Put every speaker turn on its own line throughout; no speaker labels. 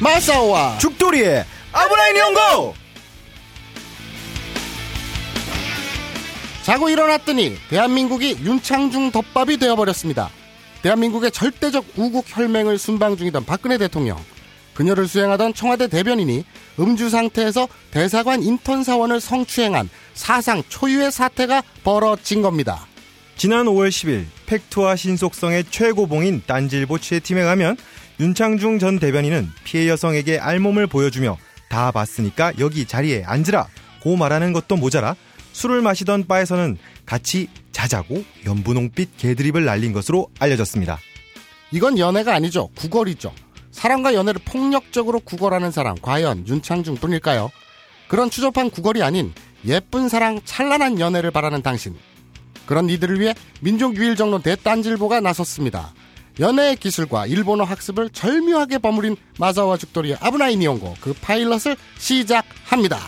마사오와
죽돌이의 아브라인 연구!
자고 일어났더니 대한민국이 윤창중 덮밥이 되어버렸습니다. 대한민국의 절대적 우국 혈맹을 순방 중이던 박근혜 대통령, 그녀를 수행하던 청와대 대변인이 음주 상태에서 대사관 인턴 사원을 성추행한 사상 초유의 사태가 벌어진 겁니다.
지난 5월 10일 팩트와 신속성의 최고봉인 딴질보 취재팀에 가면 윤창중 전 대변인은 피해 여성에게 알몸을 보여주며 다 봤으니까 여기 자리에 앉으라 고 말하는 것도 모자라 술을 마시던 바에서는 같이 자자고 연분홍빛 개드립을 날린 것으로 알려졌습니다.
이건 연애가 아니죠. 구걸이죠. 사랑과 연애를 폭력적으로 구걸하는 사람 과연 윤창중 뿐일까요? 그런 추접한 구걸이 아닌 예쁜 사랑 찬란한 연애를 바라는 당신. 그런 이들을 위해 민족유일정론 대딴질보가 나섰습니다. 연애의 기술과 일본어 학습을 절묘하게 버무린 마사와 죽돌이의 아브나이 니온고 그 파일럿을 시작합니다.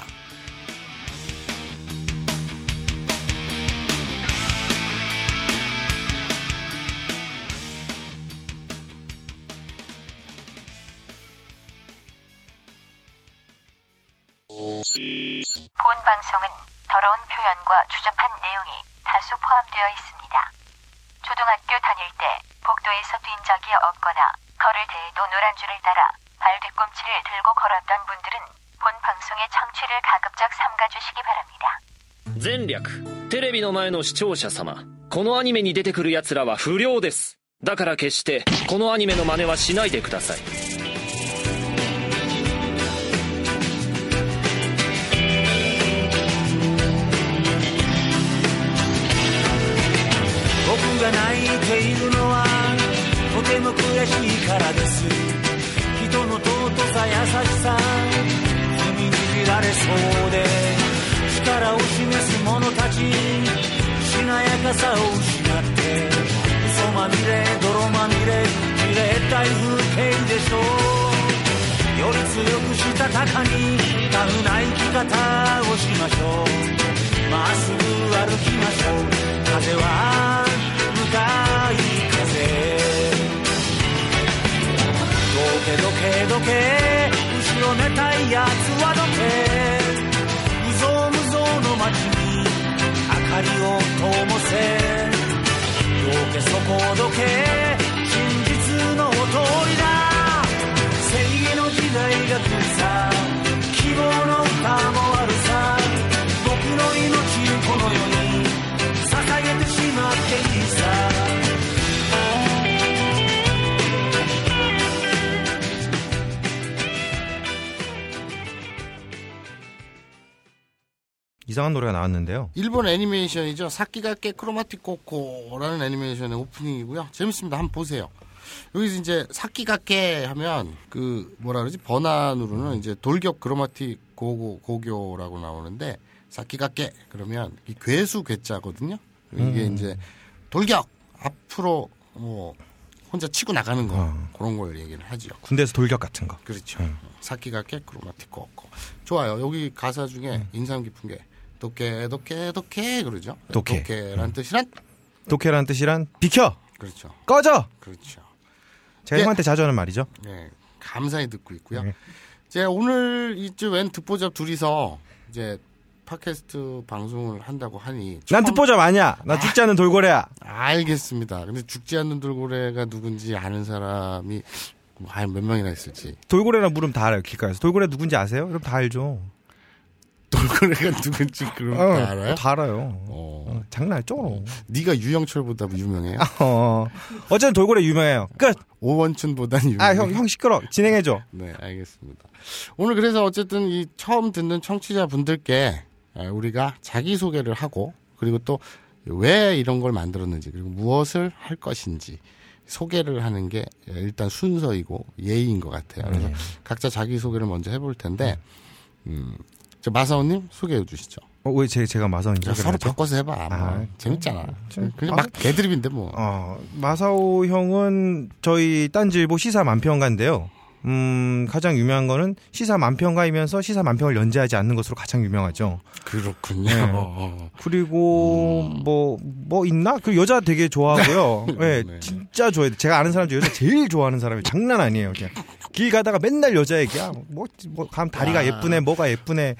본 방송은 더러운 표현과 추접한 내용이 다수 포함되어 있습니다. 초등학교 다닐 때 복도에서 뛴 적이 없거나 걸을 때에도 노란 줄을 따라 발 뒤꿈치를 들고 걸었던 분들은 본 방송의 청취를 가급적 삼가주시기 바랍니다.
全略テレビの前の視聴者様このアニメに出てくる奴らは不良ですだから決してこのアニメの真似はしないでください
僕が泣いているのはとても悔しいからです人の尊さ優しさ踏みにじられそうで力を示す者たちしなやかさを失って嘘まみれ泥まみれきれったい風景でしょうより強くしたたかにタフな生き方をしましょうまっすぐ歩きましょう風は向かい風どけどけどけ後ろめたいやつはどけ無造無造の街に明かりを灯せどけそこどけ真実の通りだ正義の時代が来るさ希望の歌もあるさ僕の命この世に捧げてしまっていいさ
이상한 노래가 나왔는데요.
일본 애니메이션이죠. 사키가케 크로마틱 코코라는 애니메이션의 오프닝이고요. 재밌습니다. 한번 보세요. 여기서 이제 사키가케 하면 그 뭐라 그러지 번안으로는 이제 돌격 크로마틱 고고 고교라고 나오는데 사키가케 그러면 이 괴수 괴짜거든요. 이게
음.
이제 돌격 앞으로 뭐 혼자 치고 나가는 거
어.
그런 걸 얘기를 하죠.
군대에서 돌격 같은 거.
그렇죠. 사키가케 크로마틱 코코. 좋아요. 여기 가사 중에
음.
인상 깊은 게 도케 도케 도케 그러죠.
도케.
란 뜻이란
독해란 뜻이란 비켜!
그렇죠.
꺼져!
그렇죠.
제가
예.
형한테 자주 하는 말이죠.
예. 감사히 듣고 있고요.
네.
이제 오늘 이제 웬 듣보잡 둘이서 이제 팟캐스트 방송을 한다고 하니
난 듣보잡 아니야! 나 죽지 않는 돌고래야!
알겠습니다. 근데 죽지 않는 돌고래가 누군지 아는 사람이 뭐 과연 몇 명이나 있을지
돌고래랑 물음 다 알아요, 길가에서. 돌고래 누군지 아세요? 그럼 다 알죠.
돌고래가 누군지 그런 거
어,
알아요?
다 알아요.
어.
어, 장난 알죠?
네가 유영철보다 유명해요?
어. 어쨌든 돌고래 유명해요. 끝!
오원춘보단 유명해요?
아, 형, 형 시끄러. 진행해줘.
네, 알겠습니다. 오늘 그래서 어쨌든 이 처음 듣는 청취자분들께 아, 우리가 자기소개를 하고 그리고 또 왜 이런 걸 만들었는지 그리고 무엇을 할 것인지 소개를 하는 게 일단 순서이고 예의인 것 같아요.
네.
그래서 각자 자기소개를 먼저 해볼 텐데 음, 저 마사오님 소개해 주시죠.
어, 왜 제, 제가 마사오인
야,
줄
서로 바꿔서 해봐. 뭐.
아,
재밌잖아.
좀-
그냥 막 개드립인데 뭐.
어, 마사오 형은 저희 딴질보 시사 만평가인데요. 음, 가장 유명한 거는 시사 만평가이면서 시사 만평을 연재하지 않는 것으로 가장 유명하죠.
그렇군요. 어,
네. 그리고 뭐, 뭐 있나? 그 여자 되게 좋아하고요. 네,
네.
진짜 좋아해요. 제가 아는 사람 중에 여자 제일 좋아하는 사람이 장난 아니에요. 그냥 길 가다가 맨날 여자 얘기야. 뭐, 뭐, 감 다리가 예쁘네, 뭐가 예쁘네.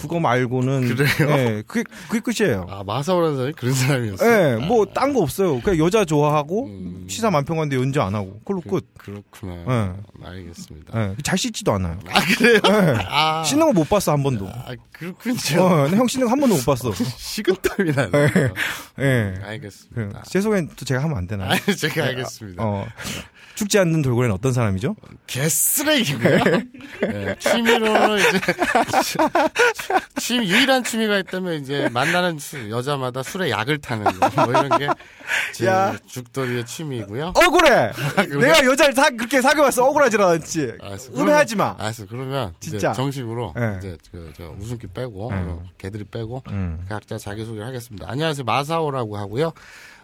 그거 말고는.
아. 그래요?
예, 그게, 그게 끝이에요.
어. 아 마사오라는 사람이 그런 사람이었어요.
예, 뭐, 딴 거 없어요. 그냥 여자 좋아하고,
음.
시사 만평가인데 연주 안 하고. 그걸로 끝.
그렇구나. 알겠습니다.
예, 잘 씻지도 않아요.
아 그래요?
예.
아,
씻는 거 못 봤어, 한 번도.
아 그렇군요.
어, 나형 씻는 거 한 번도 못 봤어.
식은땀이 나네요.
예. 그,
알겠습니다.
제 소개는 또 제가 하면 안 되나요?
아, 제가 알겠습니다.
어. 죽지 않는 돌고래는 어떤 사람이죠?
개쓰레기고요. 네, 취미로는 이제 취, 미 유일한 취미가 있다면 이제 만나는 수- 여자마다 술에 약을 타는 거. 뭐 이런 게제
야.
죽돌이의 취미이고요.
억울해!
그래요?
내가 여자를 사, 그렇게 사귀어봤어. 억울하지 않았지.
알았어.
아, 음해하지
그러면- 아,
마.
알았어. 그러면
진짜.
이제 정식으로
예.
이제 그, 저 웃음기 빼고 어, 개들이 빼고
음.
각자 자기 소개를 하겠습니다. 안녕하세요. 마사오라고 하고요.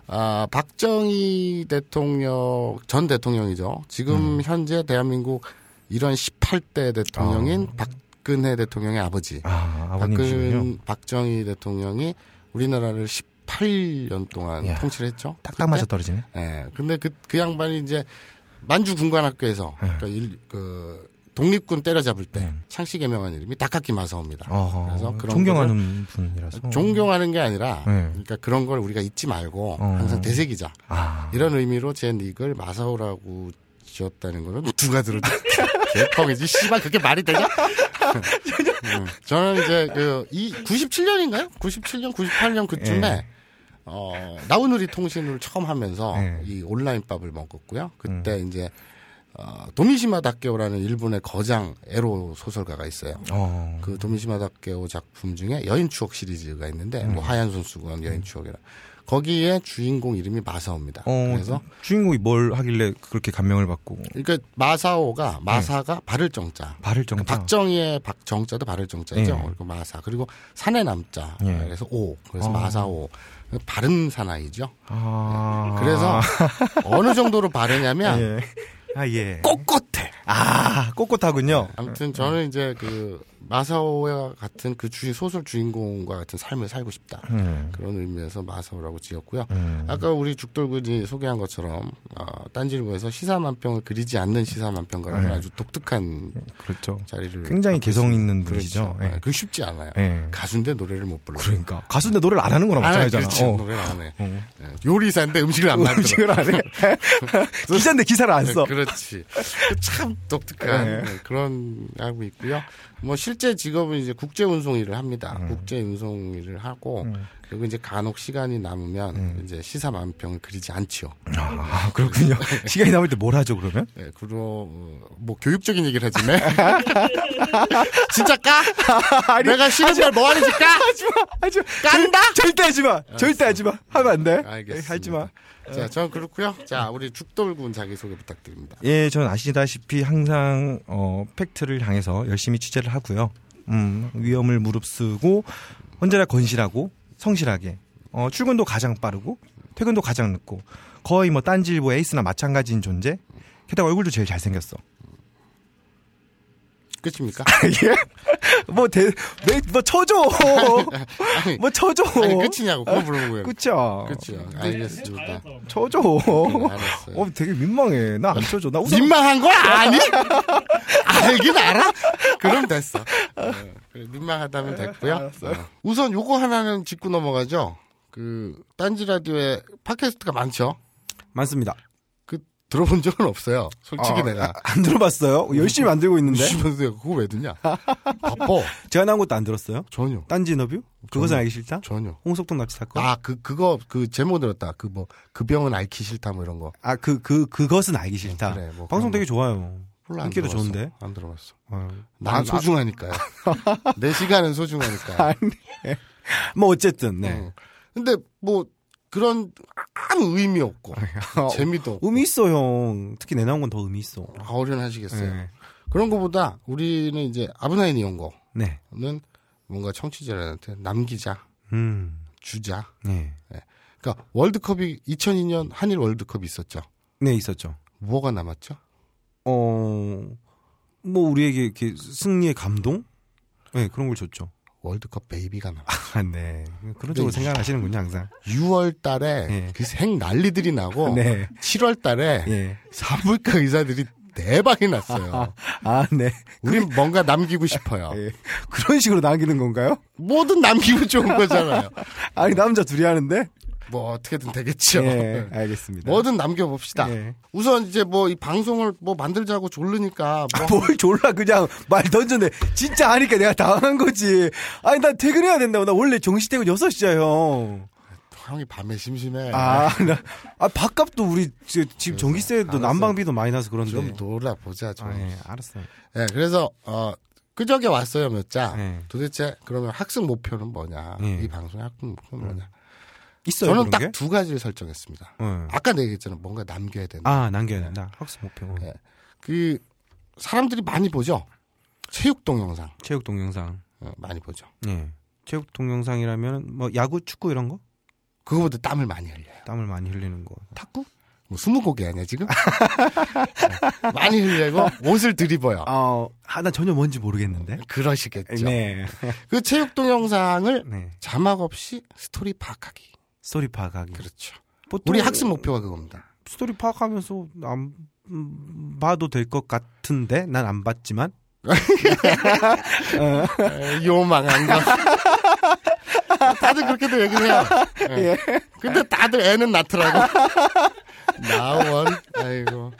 아, 박정희 대통령 전 대통령이죠.
음.
지금 현재 대한민국 이런 18대 대통령인 박근혜 대통령의 아버지.
아, 아버님이시군요.
박근 박정희 대통령이 우리나라를 18년 동안
야.
통치를 했죠.
딱딱 맞아 떨어지네.
예. 근데 그, 그 양반이 이제 만주
예.
군관학교에서 그러니까 일- 그 독립군 때려잡을 때 창씨 개명한 이름이 다카키 마사오입니다.
음. 어,
그래서 그런
존경하는 분이라서.
존경하는 게 아니라
음. 네.
그러니까 그런 걸 우리가 잊지 말고
어.
항상 되새기자.
아,
이런 의미로 제 닉을 마사오라고 지었다는 거는 누가 들어도 개뻥이지. 씨발 그게 말이 되냐? 음, 저는 이제 그 이 97년인가요? 97년, 98년 그쯤에
예.
어 나우누리 통신을 처음 하면서
예. 음.
이 온라인 밥을 먹었고요. 그때 이제 어, 도미시마 다케오라는 일본의 거장 에로 소설가가 있어요.
어,
그 도미시마 다케오 작품 중에 여인 추억 시리즈가 있는데
음.
뭐 하얀 손수건 여인 추억이라 거기에 주인공 이름이 마사오입니다.
어,
그래서
주인공이 뭘 하길래 그렇게 감명을 받고.
그러니까 마사오가 마사가 바를 정자.
발을 네. 정다
박정희의 박정자도 바를 정자죠.
예.
그리고 마사 그리고 산의 남자
예.
그래서 오 그래서
아.
마사오 바른 사나이죠.
아.
예, 그래서 어느 정도로 바르냐면
예. 아, 예.
꼿꼿해. 네.
아, 꼿꼿하군요.
아무튼 저는 이제 그 마사오와 같은 그 주인 소설 주인공과 같은 삶을 살고 싶다
음.
그런 의미에서 마사오라고 지었고요.
음.
아까 우리 죽돌군이 소개한 것처럼 어, 딴지일보에서 시사만평을 그리지 않는 시사만평가라는 아주 독특한
그렇죠.
자리를
네. 굉장히
갖고
개성 있는
있습니다.
분이시죠.
그렇죠. 네, 그게 쉽지 않아요.
예.
가수인데 노래를 못 불러.
그러니까 가수인데 노래를 안 하는 거나
안 해,
마찬가지잖아.
그렇지.
어.
노래를 안 해. 예, 요리사인데 음식을 안 만들어.
음식을 안 해. 기사인데 기사를 안
네,
써.
그렇지. 참 독특한
네.
네, 그런 하고 있고요. 뭐 실제 직업은 이제 국제 운송 일을 합니다. 국제 운송 일을 하고 그리고 이제 간혹 시간이 남으면 이제 시사 만평을 그리지 않지요.
아, 그렇군요. 시간이 남을 때 뭘 하죠, 그러면?
예, 그리고 어, 뭐 교육적인 얘기를 하지만 진짜 까? 내가 싫은 말 뭐 하는지 까?
하지 마! 하지 마!
깐다?
절대 하지 마! 절대 하지 마! 하면 안 돼. 예,
알겠습니다.
하지 마.
자, 저는 그렇고요. 자, 우리 죽돌군 자기 소개 부탁드립니다.
예, 전 아시다시피 항상 어, 팩트를 향해서 열심히 취재를 하고요. 음, 위험을 무릅쓰고 언제나 건실하고 성실하게 어, 출근도 가장 빠르고 퇴근도 가장 늦고 거의 뭐 딴지일보 에이스나 마찬가지인 존재. 게다가 얼굴도 제일 잘생겼어.
끝입니까?
뭐 대, 왜, 뭐 쳐줘.
아니,
뭐 쳐줘.
아니 어. 끝이냐고 그거 물어본 거예요.
그쵸.
그치요. 알겠습니다.
쳐줘.
네, 알았어요.
어, 되게 민망해. 나 안 쳐줘. 나 웃어.
민망한 거 아니? 알긴 알아? 그럼 됐어. 어, 그래, 민망하다면 됐고요. 어. 우선 요거 하나는 짚고 넘어가죠. 그 딴지 라디오에 팟캐스트가 많죠.
많습니다.
그 들어본 적은 없어요. 솔직히 내가.
안 들어봤어요. 열심히 만들고 있는데.
쉬면서 그거 왜 듣냐? 바빠.
제가 나온 것도 안 들었어요.
전혀.
딴지 인터뷰? 그것은 알기 싫다?
전혀.
홍석동 납치 사건?
아, 그, 그거, 그, 제목 들었다. 그 뭐, 그 병은 앓기 싫다, 뭐 이런 거.
아, 그, 그, 그것은 알기 싫다.
그래, 뭐
방송
그런
되게 좋아요.
별로 안
인기도
들어봤어.
좋은데.
안 들어봤어.
어.
난 소중하니까요. 내 시간은 소중하니까.
뭐, 어쨌든, 네.
음. 근데 뭐 그런 아무 의미 없고 어,
어.
재미도 없고
의미 있어, 형. 특히 내 나온 건 더 의미 있어.
어련하시겠어요.
네.
그런 거보다 우리는 이제 아브나인 이용거는
네.
뭔가 청취자들한테 남기자,
음.
주자.
네.
그러니까 월드컵이 2002년 한일 월드컵이 있었죠.
네, 있었죠.
뭐가 남았죠?
어, 뭐, 우리에게 이렇게 승리의 감동? 네, 그런 걸 줬죠.
월드컵 베이비가 남았.
아, 네. 그런 쪽으로
네.
생각하시는군요, 항상.
6월 달에
네.
그 생 난리들이 나고
네.
7월 달에
예.
산부인과 의사들이 대박이 났어요.
아, 네.
우린 뭔가 남기고 싶어요.
예. 그런 식으로 남기는 건가요?
뭐든 남기고 좋은 거잖아요.
아니,
네.
남자 둘이 하는데?
뭐 어떻게든 되겠죠.
예, 알겠습니다.
뭐든 남겨봅시다.
예.
우선 이제 뭐 이 방송을 뭐 만들자고 졸르니까 뭐
뭘 졸라 그냥 말 던졌네. 진짜 하니까 내가 당황한 거지. 아니, 나 퇴근해야 된다고. 나 원래 정시퇴근 6시야, 형.
형이 밤에 심심해.
뭐. 아, 나, 아, 밥값도 우리 지- 지금 전기세도
네, 알았어요.
난방비도 많이 나서 그런데.
좀 놀아보자 좀.
네. 아, 예, 알았어요.
예, 그래서 어 그저께 왔어요 몇 자.
네.
도대체 그러면 학습 목표는 뭐냐?
네.
이 방송의 학습 목표는 뭐냐?
있어요.
저는
음. 그런
딱 두 가지를 설정했습니다.
게? 예.
아까 내가 얘기했잖아. 뭔가 남겨야 된다.
아, 남겨야 된다. 학습 목표. 어.
예. 그 사람들이 많이 보죠. 체육 동영상
체육 동영상.
어, 많이 보죠.
예. 체육 동영상이라면 뭐 야구, 축구 이런 거?
그거보다 땀을 많이 흘려요.
땀을 많이 흘리는 거. 탁구?
뭐 스무고개 아니야 지금? 네. 많이 흘리고 옷을 들입어요.
아, 아, 나 전혀 뭔지 모르겠는데.
그러시겠죠.
네.
그 체육 동영상을
네.
자막 없이 스토리 파악하기.
스토리 파악하기.
그렇죠.
보통
우리 학습 목표가 그겁니다.
스토리 파악하면서 안 음, 봐도 될 것 같은데 난 안 봤지만
에, 예, 요망한 거. 다들 그렇게도 얘기를 해요. 예. 근데 다들 애는 낳더라고. 나원. 아이고.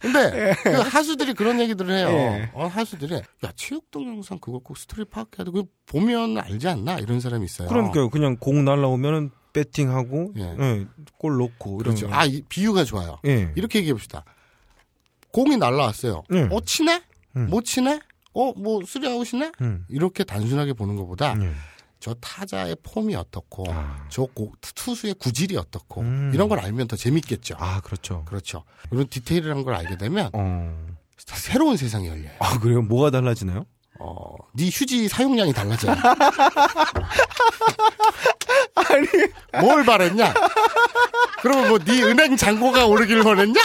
근데 그 하수들이 그런 얘기들을 해요.
예.
어, 하수들이 야 체육 동영상 그거 꼭 스토리 파악해야 돼. 그 보면 알지 않나 이런 사람이 있어요.
그러니까 그냥 공 날라오면은 배팅하고
예.
예, 골 넣고 예. 이런
그렇죠.
거.
아 이 비유가 좋아요.
예.
이렇게 얘기해 봅시다. 공이 날라왔어요.
네.
어 친해?
음.
못 친해? 어뭐 쓰리아웃이네?
음.
이렇게 단순하게 보는 것보다
예.
저 타자의 폼이 어떻고 저 고- 투수의 구질이 어떻고
아. 음.
이런 걸 알면 더 재밌겠죠.
아, 그렇죠.
그렇죠. 이런 디테일한 걸 알게 되면
어.
새로운 세상이 열려요.
아, 그래요? 뭐가 달라지나요?
어, 네 휴지 사용량이 달라져요. 아니 뭘 바랬냐? 그러면 뭐 네 은행 잔고가 오르기를 원했냐?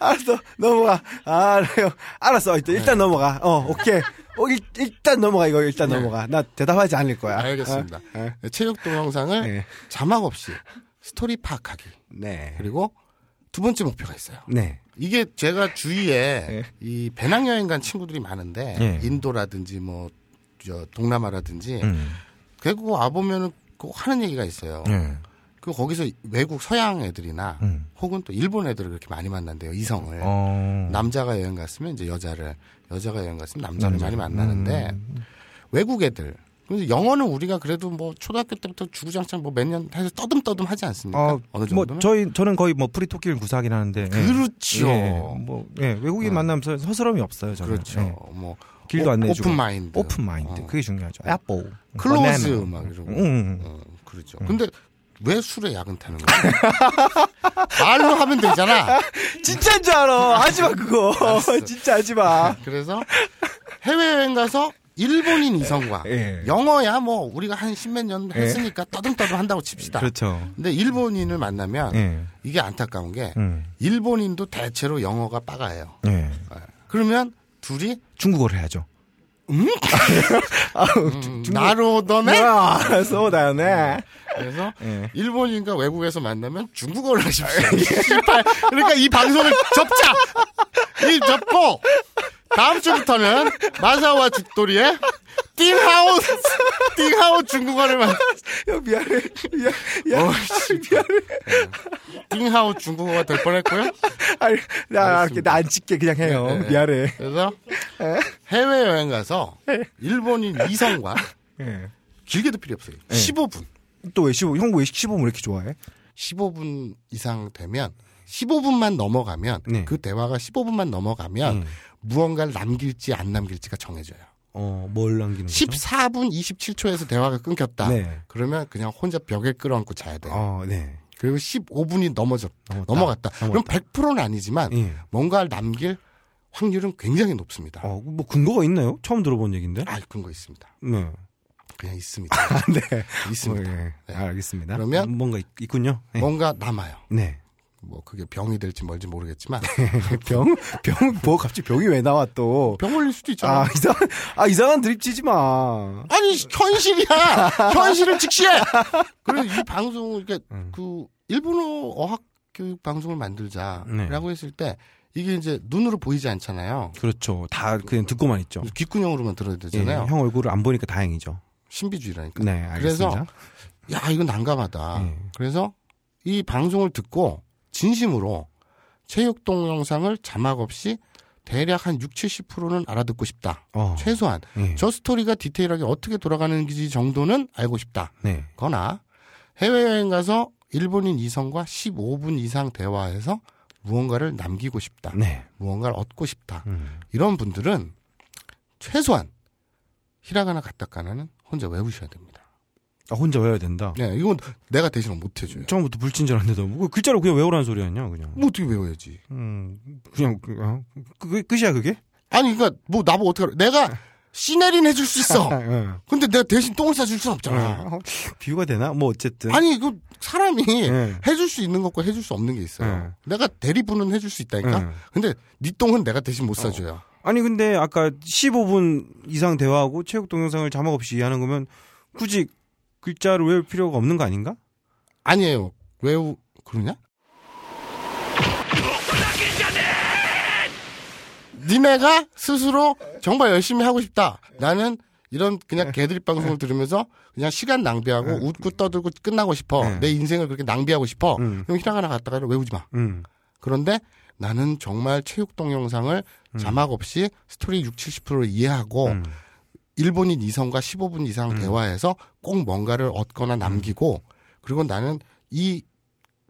알았어 넘어가 아, 알아요 알았어
네.
일단, 일단 넘어가 어 오케이 어, 일, 일단 넘어가 이거 일단 넘어가 나 대답하지 않을 거야
네. 알겠습니다.
어, 어.
체육 동영상을
네.
자막 없이 스토리 파악하기.
네
그리고 두 번째 목표가 있어요.
네.
이게 제가 주위에 이 배낭여행 간 친구들이 많은데
예.
인도라든지 뭐 저 동남아라든지
음.
결국 와보면은 꼭 하는 얘기가 있어요.
네.
그 거기서 외국 서양 애들이나
음.
혹은 또 일본 애들을 그렇게 많이 만난대요. 이성을.
어.
남자가 여행 갔으면 이제 여자를 여자가 여행 갔으면 남자를 많이 만나는데
음.
외국 애들 근데 영어는 우리가 그래도 뭐 초등학교 때부터 주구장창 뭐 몇 년 해서 떠듬떠듬 하지 않습니까?
아,
어느 정도는
뭐 저희 저는 거의 뭐 프리토끼를 구사하긴 하는데
그렇죠. 네.
예, 뭐 예, 외국인 만나면서 서스럼이 없어요. 저는.
그렇죠.
예.
뭐
길도
오-
안 내주고
오픈 마인드,
오픈 마인드.
어.
그게 중요하죠. 야뽀.
클로즈
바나나.
막 이러고
음, 음.
어, 그렇죠. 근데 왜 술에 약은 타는 거야? 말로 하면 되잖아.
진짜인 줄 알아. 하지 마 그거. 진짜 하지 마.
그래서 해외여행 가서 일본인 이성과
예.
영어야 뭐 우리가 한 십몇 년 했으니까 떠듬떠듬 한다고 칩시다.
그렇죠.
근데 일본인을 만나면
예.
이게 안타까운 게
음.
일본인도 대체로 영어가 빠가요.
예.
그러면 둘이 음?
중국어를 해야죠.
나로더네.
알았어, 나네.
그래서
예.
일본인과 외국에서 만나면 중국어를 하십시오. 씨발. 그러니까 이 방송을 접자. 이 접고 다음 주부터는 마사와 죽돌이의 띵하오 띵하오 중국어를 만.
야, 미안해. 야, 야.
어, 씨발. 예. 띵하오 중국어가 될 뻔했고요.
아니, 나,
알겠습니다.
나안 찍게 그냥 해요. 미안해.
그래서
예.
해외 여행 가서 일본인 이성과
예.
길게도 필요 없어요. 15분.
또왜 15, 형왜 15분 이렇게 좋아해?
15분 이상 되면 15분만 넘어가면
네. 음.
그 대화가 15분만 넘어가면 무언가를 남길지 안 남길지가 정해져요.
어, 뭘 남기는
14분 27초에서 대화가 끊겼다.
네.
그러면 그냥 혼자 벽에 끌어안고 자야 돼요.
어, 네.
그리고 15분이 넘어졌,
넘었다.
넘어갔다. 그럼
넘었다.
100%는 아니지만
예.
뭔가를 남길 확률은 굉장히 높습니다.
어, 뭐 근거가 있나요? 처음 들어본 얘기인데.
아, 그런 거 있습니다.
네.
그냥 있습니다.
네.
있습니다.
어, 예.
네.
알겠습니다. 음,
그러면-
뭔가 있, 군요 네.
뭔가 남아요.
네.
뭐 그게 병이 될지 뭘지 모르겠지만
병, 병, 뭐 갑자기 병이 왜 나와 또?
병 걸릴 수도 있잖아.
아 이상한, 아 이상한 드립 치지 마.
아니
음.
현실이야 현실을 직시해 그리고 이 방송 그러니까 그 일본어 어학 교육 방송을
네.
만들자라고 했을 때 이게 이제 눈으로 보이지 않잖아요.
그렇죠. 다 그냥 듣고만 있죠.
귓구녕으로만 들어야
예,
되잖아요.
형 얼굴을 안 보니까 다행이죠.
신비주의라니까.
네, 알겠습니다.
그래서 야 이건 난감하다.
예.
그래서 이 방송을 듣고 진심으로 체육 동영상을 자막 없이 대략 한 6, 70%는 알아듣고 싶다.
어,
최소한
예.
저 스토리가 디테일하게 어떻게 돌아가는지 정도는 알고 싶다.
네.
거나 해외여행 가서 일본인 이성과 15분 이상 대화해서 무언가를 남기고 싶다.
네.
무언가를 얻고 싶다.
음.
이런 분들은 최소한 히라가나 가타카나는 혼자 외우셔야 됩니다.
아, 혼자 외워야 된다.
네, 이건 내가 대신 못 해줘요.
처음부터 불친절한데도 뭐 글자로 그냥 외우라는 소리 아니야, 그냥.
뭐 어떻게 외워야지?
음, 그냥 그- 어? 그게 끝이야 그게?
아니 그러니까 뭐 나보고 어떻게 알아?
네.
내가 시내린 해줄 수 있어.
응.
근데 내가 대신 똥을 싸줄 수는 없잖아.
아, 예. 어, 비유가 되나? 뭐 어쨌든.
아니 그 사람이
예.
해줄 수 있는 것과 해줄 수 없는 게 있어요. 내가 대리분은 해줄 수 있다니까.
응.
근데 네 똥은 내가 대신 못 싸줘요.
아니 근데 아까 15분 이상 대화하고 체육 동영상을 자막 없이 하는 거면 굳이 글자를 외울 필요가 없는 거 아닌가?
아니에요. 왜우 그러냐? 니네가 스스로 정말 열심히 하고 싶다. 나는 이런 그냥 개드립 방송을 들으면서 그냥 시간 낭비하고 웃고 떠들고 끝나고 싶어.
응.
내 인생을 그렇게 낭비하고 싶어.
응.
그럼 희랑 하나 갔다가 외우지 마.
음.
그런데 나는 정말 체육 동영상을 자막 없이 스토리 6, 70%를 이해하고
음.
일본인 이성과 15분 이상 대화해서 꼭 뭔가를
음.
얻거나 남기고 그리고 나는 이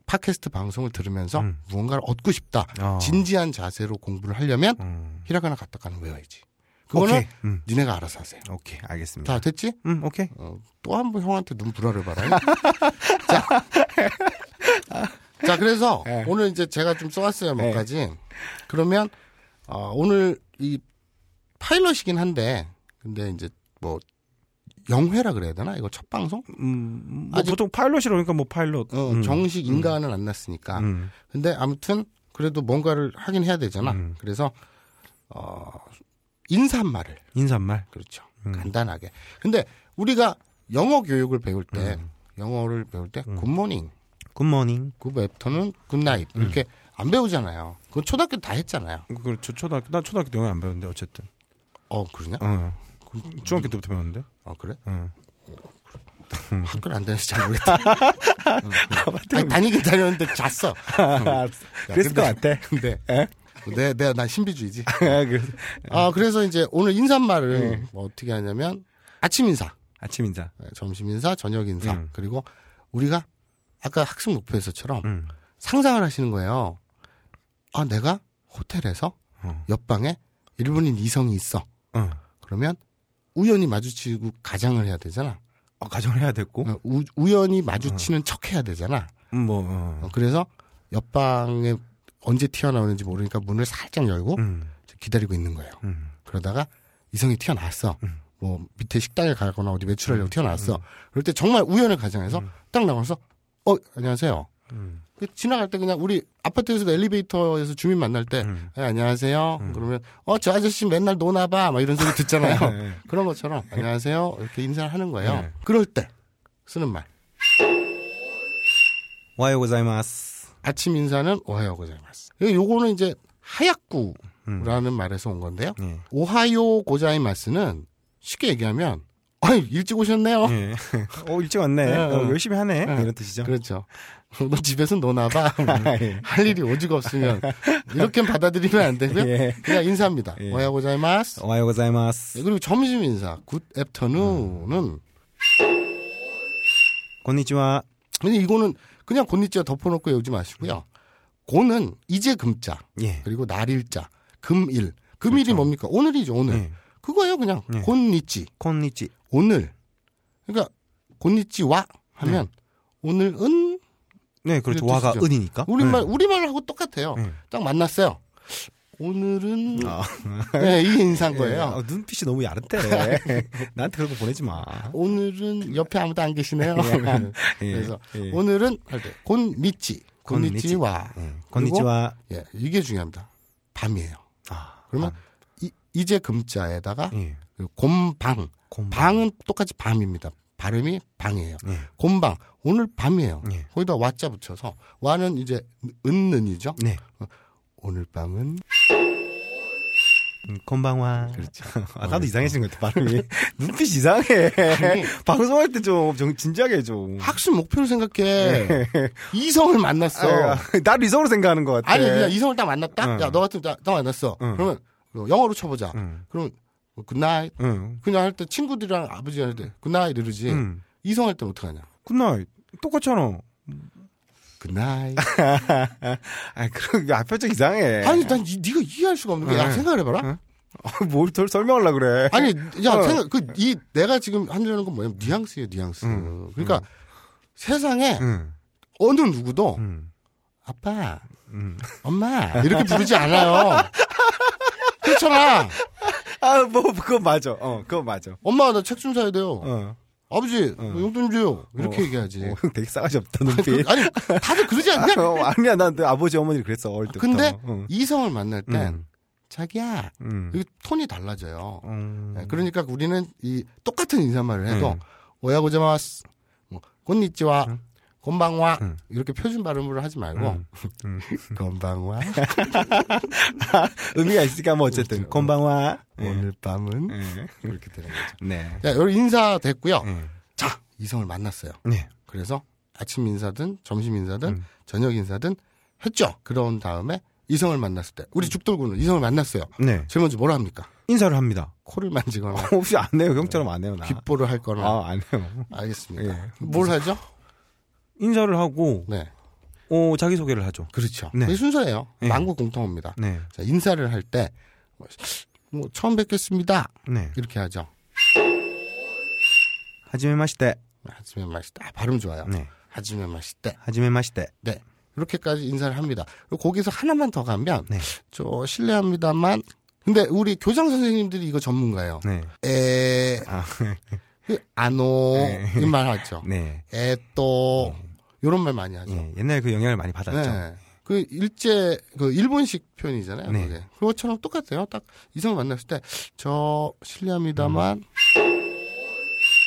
팟캐스트 방송을 들으면서
음.
무언가를 얻고 싶다.
어.
진지한 자세로 공부를 하려면
음.
히라가나 가타카는 외워야지. 그거는
오케이. 음.
니네가 알아서 하세요.
오케이. 알겠습니다.
다 됐지?
음, 오케이.
어, 또 한 번 형한테 눈 불화를 봐라. 자. 자, 그래서
예.
오늘 이제 제가 좀 써왔어요, 몇
네.
가지. 그러면, 어, 오늘 이 파일럿이긴 한데, 근데 이제 뭐, 영회라 그래야 되나? 이거 첫 방송?
음, 뭐
아직-
보통 파일럿이라니까 뭐 파일럿.
어,
음.
정식 인가는 안 났으니까.
음.
근데 아무튼, 그래도 뭔가를 하긴 해야 되잖아.
음.
그래서, 어, 인사말을.
인사말.
그렇죠.
음.
간단하게. 근데 우리가 영어 교육을 배울 때
음.
영어를 배울 때 굿모닝,
굿모닝.
굿애프터는 굿나잇 이렇게
음.
안 배우잖아요. 그건 초등학교 다 했잖아요.
그렇죠. 초등학교. 난 초등학교 때 영어 안 배웠는데 어쨌든.
어 그러냐?
어. 중학교 때부터 배웠는데.
어 그래?
응.
학교를 안 다녀서 잘 모르겠다. 응, 응. 아니, 다니긴 다녔는데 잤어.
알았어. 그랬을 것 같아.
근데 내, 내가 난 신비주의지.
아, 그래서.
네.
아 그래서 이제 오늘 인사말을 뭐 어떻게 하냐면 아침 인사, 네,
아침 인사.
점심 인사, 저녁 인사
음.
그리고 우리가 아까 학습 목표에서처럼
음.
상상을 하시는 거예요. 아, 내가 호텔에서
어.
옆방에 일본인 이성이 있어.
어.
그러면 우연히 마주치고 가장을 해야 되잖아.
어, 가정을 해야 됐고.
어, 우, 우연히 마주치는 척 해야 되잖아.
음, 뭐. 어.
어, 그래서 옆방에 언제 튀어나오는지 모르니까 문을 살짝 열고
음.
기다리고 있는 거예요.
음.
그러다가 이성이 튀어나왔어. 뭐 밑에 식당에 가거나 어디
음.
외출하려고 튀어나왔어. 그럴 때 정말 우연을 가장해서 딱 나와서 어 안녕하세요.
음.
그 지나갈 때 그냥 우리 아파트에서 엘리베이터에서 주민 만날 때
음.
예, 안녕하세요. 그러면 어 저 아저씨 맨날 노나봐 막 이런 소리
예, 예.
듣잖아요. 그런 것처럼 안녕하세요 이렇게 인사를 하는 거예요.
예.
그럴 때 쓰는 말
와요 고자이마스.
아침 인사는 오하요 고자이마스. 이- 요거는 이제 하약구라는 말에서 온 건데요.
예.
오하요 고자이마스는 쉽게 얘기하면 아이 일찍 오셨네요.
예. 어, 일찍 왔네.
예,
어,
예.
열심히 하네. 이런 뜻이죠.
그렇죠. 너 집에서 노나봐.
예.
할 일이 오죽 없으면 이렇게 받아들이면 안 되고요.
예.
그냥 인사입니다.
예.
오하요 고자이마스.
와요 고자이마스.
네, 그리고 점심 인사 굿
음.
애프터누는
곤니치와.
근데 이거는 그냥 곤니치와 덮어놓고 외우지 마시고요.
음.
고는 이제 금자
예.
그리고 날일자 금일 금일이
그렇죠.
뭡니까 오늘이죠 오늘
예.
그거예요 그냥
예.
곤니치
곤니치.
오늘 그러니까 곤니치와 하면 오늘은
네, 그렇죠.
이런
와가
뜻이죠.
은이니까.
우리말
예.
우리말하고 똑같아요.
예.
딱 만났어요. 오늘은 네, 이게 인사인 거예요.
아, 눈빛이 너무 야릇해. 나한테 그런 거 보내지 마.
어. 오늘은 옆에 아무도 안 계시네요.
예.
그래서
예.
오늘은 할때 곤니치
곤니치.
곤니치와
예.
그리고
곤니치와.
예, 이게 중요합니다. 밤이에요.
아,
그러면 이, 이제 금자에다가
예.
그 곰방
곰방.
방은 똑같이 밤입니다. 발음이 방이에요.
예.
곤방 오늘 밤이에요.
예.
거기다 와자 붙여서 와는 이제 은는이죠.
네.
오늘 밤은
음, 건방와.
그렇죠. 아, 나도 이상해진 것 같아, 발음이. 눈빛이 이상해.
아니.
방송할 때 좀, 좀 진지하게 해줘.
학습 목표를 생각해. 이성을 만났어.
예. 아, 나를 이성으로 생각하는 것 같아.
아니 그냥 이성을 딱 만났다.
응.
야 너 같은 나, 나 만났어.
응.
그러면 영어로 쳐보자.
응.
그러면 뭐 굿나잇.
응.
그냥 할 때 친구들이랑 아버지랑 할때 굿나잇 이러지.
응.
이성 할 때는 어떡하냐.
굿나잇. 똑같잖아.
굿나잇.
아, 그럼 야, 표정 이상해.
아니 난 이, 네가 이해할 수가 없는 거야.
응.
생각해봐라.
응. 뭘더 설명하려 그래.
아니 야
어.
생각 그 이 내가 지금 하려는 건 뭐냐면 뉘앙스예요 뉘앙스.
응.
그러니까 세상에
응.
어느 누구도
응.
아빠,
응.
엄마 이렇게 부르지 않아요. 그렇잖아.
아, 뭐, 그건 맞아. 어, 그건 맞아.
엄마 나 책 좀 사야 돼요.
어.
아버지 뭐 용돈 좀 줘요. 이렇게
어.
얘기하지. 그,
어, 형 되게 싸가지 없다, 눈빛.
아니 다들 그러지 않냐?
어, 아니야, 난내 아버지, 어머니 그랬어, 뭐. 어릴 음. 때부터.
근데
응.
이성을 만날 땐
응.
자기야
응.
이 톤이 달라져요.
음.
네, 그러니까 우리는 이 똑같은 인사말을 해도 오야고자마스, 뭐 곤니찌와,
음.
곤방와 이렇게 표준 발음으로 하지 말고
음.
곤방와
의미가 있으니까 뭐 어쨌든 건방와
오늘 밤은
네.
이렇게 되는 거죠.
네.
자, 여기 인사 됐고요.
네.
자, 이성을 만났어요.
네.
그래서 아침 인사든 점심 인사든
음.
저녁 인사든 했죠. 그런 다음에 이성을 만났을 때 우리 죽돌군은 이성을 만났어요.
음. 네.
제일 먼저 뭐라 합니까?
인사를 합니다.
코를 만지거나
혹시 안 해요. 형처럼 안 해요, 나.
귓볼을 할 거나
아, 안 해요.
알겠습니다.
예.
뭘 하죠?
인사를 하고,
네.
어, 자기소개를 하죠.
그렇죠.
네.
그게 순서예요.
예.
만국 공통입니다.
네.
자, 인사를 할 때, 뭐, 뭐, 처음 뵙겠습니다.
네.
이렇게 하죠.
하지메 마시떼.
하지면 맛있다. 아, 발음 좋아요.
네.
하지면 맛있다.
하지메 마시떼.
네. 이렇게까지 인사를 합니다. 그리고 거기서 하나만 더 가면,
네.
저, 실례합니다만, 근데 우리 교장 선생님들이 이거 전문가예요.
네.
에,
아,
그, 아노, 이 말 하죠.
네.
에, 또, 요런 말 많이 하죠.
예, 옛날에 그 영향을 많이 받았죠.
네. 그 일제 그 일본식 표현이잖아요.
네.
그게. 그것처럼 똑같아요. 딱 이성을 만났을 때 저 실례합니다만
음.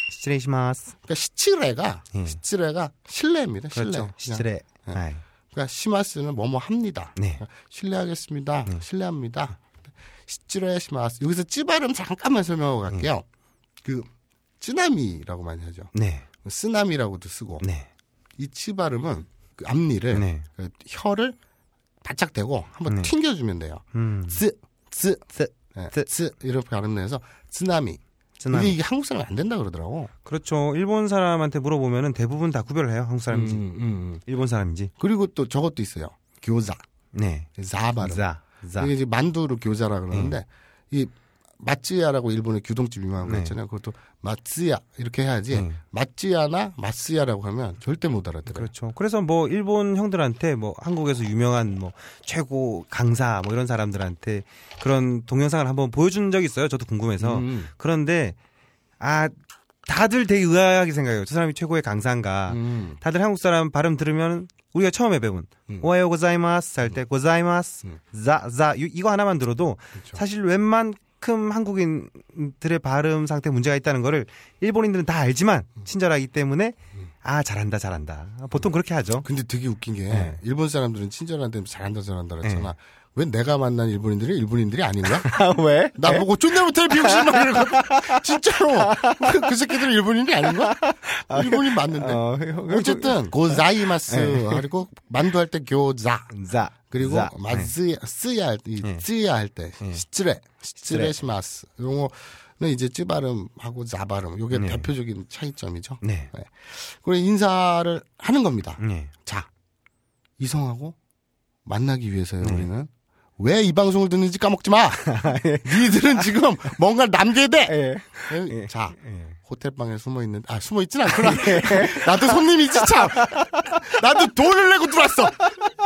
시츠레이시마스.
그러니까 시치레가
예.
시치레가 실례입니다. 실례.
그렇죠.
그냥.
시츠레.
네.
아이.
그러니까 시마스는 뭐뭐 합니다. 그러니까
네.
실례하겠습니다. 실례합니다. 시치레 시마스. 여기서 찌 발음 잠깐만 설명하고 갈게요.
음.
그 쯔나미라고 많이 하죠.
네.
쓰나미라고도 쓰고
네.
이 찌 발음은 그 앞니를
네.
그 혀를 바짝 대고 한번
네.
튕겨주면 돼요.
음.
쯔, 쯔,
쯔,
네,
쯔.
쯔 이렇게 발음 내서 쓰나미.
쓰나미.
근데 이게 한국 사람이 안 된다 그러더라고.
그렇죠. 일본 사람한테 물어보면은 대부분 다 구별을 해요. 한국 사람인지, 일본 사람인지.
그리고 또 저것도 있어요. 교자,
네.
자 발음.
자, 자.
이게 이제 만두를 교자라 그러는데 이 마쯔야라고 일본의 규동집 유명한 거
네.
있잖아요. 그것도 마쯔야 이렇게 해야지
네.
마쯔야나 마쓰야라고 하면 절대 못 알아들어요.
그렇죠. 그래서 뭐 일본 형들한테 뭐 한국에서 유명한 뭐 최고 강사 뭐 이런 사람들한테 그런 동영상을 한번 보여준 적이 있어요. 저도 궁금해서.
음.
그런데 아 다들 되게 의아하게 생각해요. 저 사람이 최고의 강사인가.
음.
다들 한국 사람 발음 들으면 우리가 처음에 배운
음.
오하요 고자이마스 할 때 고자이마스
음.
자자 이거 하나만 들어도
그렇죠.
사실 웬만큼 한국인들의 발음 상태 문제가 있다는 거를 일본인들은 다 알지만 친절하기 때문에 아 잘한다 잘한다 보통 그렇게 하죠.
근데 되게 웃긴 게
네.
일본 사람들은 친절한데 잘한다 잘한다 그랬잖아. 왜 내가 만난 일본인들이 일본인들이 아닌가?
왜?
나 보고 쫀내 못할 비웃신 말 이러고 진짜로 그, 그 새끼들은 일본인이 아닌가? 일본인 맞는데 어, 쨌든
그,
고자이마스 아, 그리고 만두 할 때 교자
자
그리고
네. 자.
마쓰야 쓰야 이
네.
쓰야 할 때 시츠레
시츠레.
시츠레시마스 용어는 이제 쯔 발음하고 자 발음 요게 대표적인 차이점이죠.
네.
그리고 인사를 하는 겁니다.
네.
자 이성하고 만나기 위해서요
네.
우리는 왜 이 방송을 듣는지 까먹지 마. 니들은 지금 뭔가를 남겨야 돼.
예.
자
예. 예.
호텔 방에 숨어 있는 아 숨어 있진 않구나. 나도 손님이지 참. 나도 돈을 내고 들어왔어.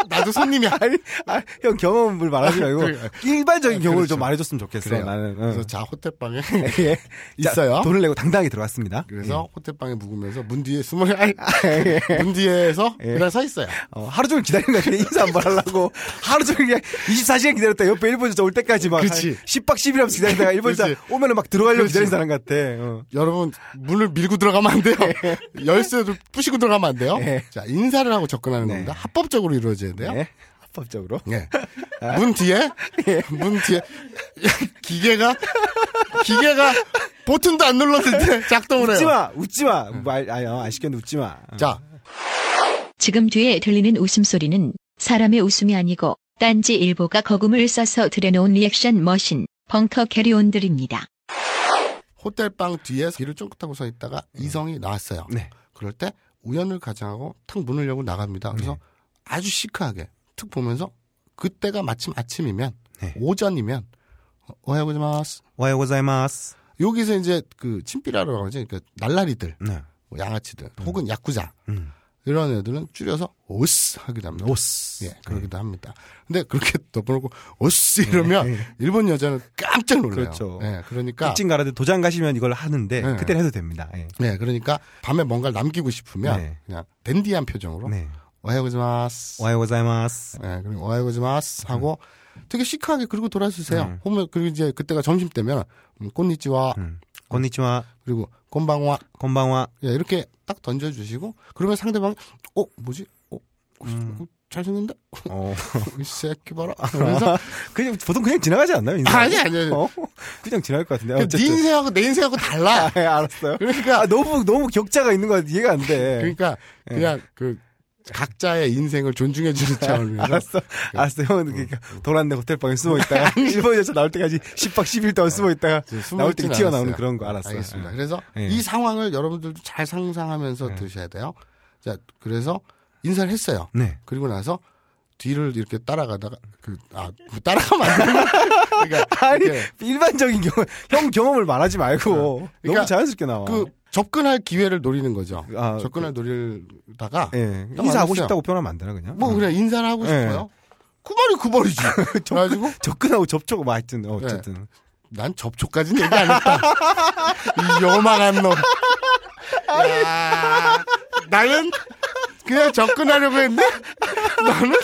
나도 손님이야.
아니, 아, 형 경험을 말하지 말고
그래.
일반적인
아,
경우를
그렇죠.
좀 말해줬으면 좋겠어.
그래요.
나는 응.
그래서 자 호텔방에
예.
있어요.
자, 돈을 예. 내고 당당하게 들어왔습니다.
그래서 호텔방에 묵으면서 문 뒤에 숨어 아이,
예.
문 뒤에서 그냥 서 있어요.
어, 하루 종일 기다린 거야. 인사 한번 하려고. 하루 종일 그냥 24시간 기다렸다. 옆에 일본에서 올 때까지만.
그치.
10박 10일하면서 기다리다가 일본에서
그치.
오면은 막 들어가려고
그치.
기다린 사람 같아. 어.
여러분 문을 밀고 들어가면 안 돼요.
네.
열쇠도 부시고 들어가면 안 돼요.
예.
자 인사를 하고 접근하는
네.
겁니다. 합법적으로 이루어져야 돼요.
예. 합법적으로.
예. 문 뒤에
네.
문 뒤에 기계가 기계가 버튼도 안 눌렀을 때 작동을
웃지
해요.
마! 웃지 마! 말, 아니, 어, 아쉽겠는데 웃지 마.
자
지금 뒤에 들리는 웃음소리는 사람의 웃음이 아니고 딴지 일보가 거금을 써서 들여놓은 리액션 머신 벙커 캐리온들입니다.
호텔방 뒤에 길을 쫑긋하고 서 있다가 이성이 나왔어요.
네.
그럴 때 우연을 가장하고 탁 문을 열고 나갑니다.
네.
그래서 아주 시크하게 툭 보면서 그때가 마침 아침이면
네.
오전이면 어, 오하고자마스
와요 고자이마스.
여기서 이제 그 침필하라고 하죠. 그러니까 날라리들,
네.
뭐 양아치들, 혹은 야쿠자
음.
이런 애들은 줄여서 오스 하기도 합니다. 오스
네.
예 그러기도 합니다. 근데 그렇게 더불고 오스 이러면 일본 여자는 깜짝 놀라요.
네. 그렇죠.
예 그러니까
특징 가라데 도장 가시면 이걸 하는데
네.
그때는 해도 됩니다. 예.
네, 그러니까 밤에 뭔가를 남기고 싶으면
네.
그냥 댄디한 표정으로
네.
오하이고지마스.
와요 음. 고자이마스.
네, 그리고 오하이고지마스 하고 되게 시크하게 그리고 돌아서세요. 보면 그리고 이제 그때가 점심 때면 음, 곤니치와
음. 곤니치와.
그리고 곤방와
건방와.
예, 이렇게 딱 던져주시고 그러면 상대방이 어 뭐지? 어
음.
어, 잘생긴다?
어.
이 새끼 봐라.
아,
그래서
그냥 보통 그냥 지나가지 않나요? 인사?
아니 아니 아니.
어? 그냥 지나갈 것 같은데.
네
어쨌든.
인생하고 내 인생하고 달라.
아, 예, 알았어요.
그러니까
아, 네. 너무 너무 격차가 있는 거 이해가 안 돼.
그러니까 그냥 그 각자의 인생을 존중해주는 차원에서
알았어, 알았어. 형은 그러니까 돌았네 호텔방에 숨어 있다가 일본 여자 나올 때까지 10박 10일 동안 숨어 있다가 나올
아,
때
그 숨어있진
튀어나오는
않았어요.
그런 거 알았어.
알겠습니다. 그래서
예.
이 상황을 여러분들도 잘 상상하면서 드셔야 돼요. 자, 그래서 인사를 했어요.
네.
그리고 나서 뒤를 이렇게 따라가다가 그, 아, 그 따라가면 안 되는 그러니까
아니
이렇게
일반적인 경험, 형 경험을 말하지 말고
그러니까
너무 자연스럽게 나와.
그 접근할 기회를 노리는 거죠.
어. 아,
접근할 노리다가
예,
딱
인사하고
만났어요.
싶다고 표현하면 안 되나 그냥?
뭐
어.
그냥 인사를 하고 싶어요. 그 말이 그 말이지. 그래가지고
접근하고 접촉, 뭐 하여튼
네.
어, 어쨌든
난 접촉까지는 얘기 안 했다. 이 요망한 놈. 야, 나는 그냥 접근하려고 했는데 너는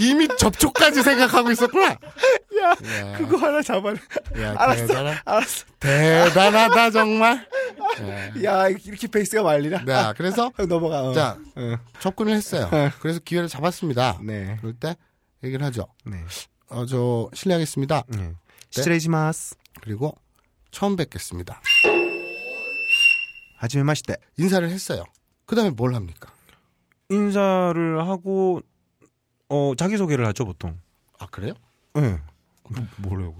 이미 접촉까지 생각하고 있었구나. 야,
그거 하나 잡아.
야,
알았어,
대단하,
알았어.
대단하다 정말.
네. 야 이렇게 페이스가 말리나? 아,
네, 그래서
형 넘어가. 어.
자
어.
접근을 했어요. 그래서 기회를 잡았습니다.
네,
그럴 때 얘기를 하죠.
네.
어, 저 실례하겠습니다.
失礼します.
그리고 처음 뵙겠습니다.
하지메 마시떼.
인사를 했어요. 그다음에 뭘 합니까?
인사를 하고 어 자기 소개를 하죠 보통.
아 그래요?
예. 뭐래요?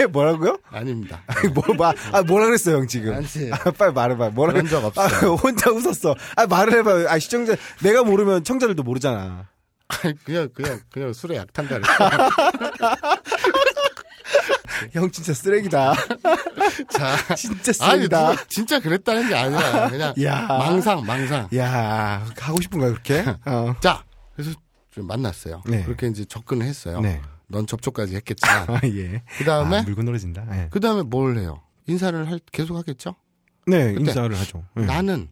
예, 뭐라고요?
아닙니다.
뭐봐 아, 뭐라 그랬어요, 형 지금?
아니지.
아, 빨리 말해봐. 뭐라
그런 적
아,
없어요.
혼자 웃었어. 아, 말을 해봐. 아, 시청자 내가 모르면 청자들도 모르잖아.
아니, 그냥 그냥 그냥 술에 약탄다 그랬어.
형 진짜 쓰레기다.
자,
진짜
아니
쓰레기다.
누가 진짜 그랬다는 게 아니라 그냥
야.
망상 망상.
야, 하고 싶은 거야, 그렇게? 어.
자, 그래서 좀 만났어요.
네.
그렇게 이제 접근을 했어요.
네.
넌 접촉까지 했겠지만
아, 예.
그 다음에
아, 물고 늘어진다. 예.
그 다음에 뭘 해요? 인사를 할, 계속 하겠죠?
네,
그때.
인사를 하죠. 예.
나는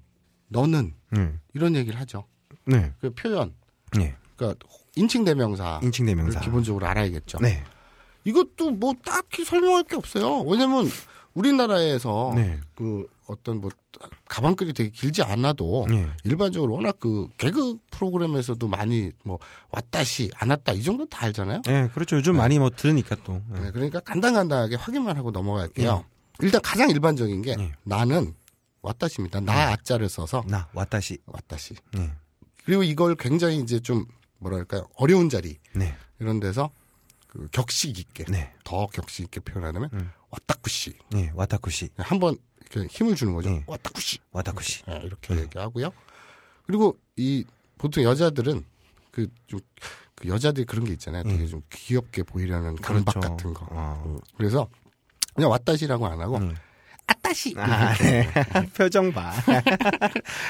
너는
예.
이런 얘기를 하죠.
네.
그 표현,
예.
그러니까 인칭 대명사.
인칭 대명사.
기본적으로 알아야겠죠.
네.
이것도 뭐 딱히 설명할 게 없어요. 왜냐면 우리나라에서
네.
그 어떤 뭐 가방끈이 되게 길지 않아도
예.
일반적으로 워낙 그 개그 프로그램에서도 많이 뭐 왔다시 안 왔다 이 정도 는다 알잖아요.
예, 그렇죠. 요즘 많이 뭐 들으니까 또. 예.
네, 그러니까 간단간단하게 확인만 하고
네.
넘어갈게요. 일단 가장 일반적인 게
예.
나는 왔다시입니다. 나
네.
아자를 써서
나 왔다시.
왔다시.
네.
그리고 이걸 굉장히 이제 좀 뭐랄까요 어려운 자리
네.
이런 데서 그 격식 있게
네.
더 격식 있게 표현하면
음.
왔다쿠시
네. 와타쿠시.
한번 이렇게 힘을 주는 거죠.
네. 음.
왔다쿠시
와타쿠시.
예, 이렇게 얘기하고요. 그리고 이 보통 여자들은 그 좀 그 여자들이 그런 게 있잖아요. 되게 좀 귀엽게 보이려는 강박
음. 그렇죠.
같은 거. 음.
어.
그래서 그냥 왔다시라고 안 하고
음.
아따 아따시.
아, 네. 표정 봐.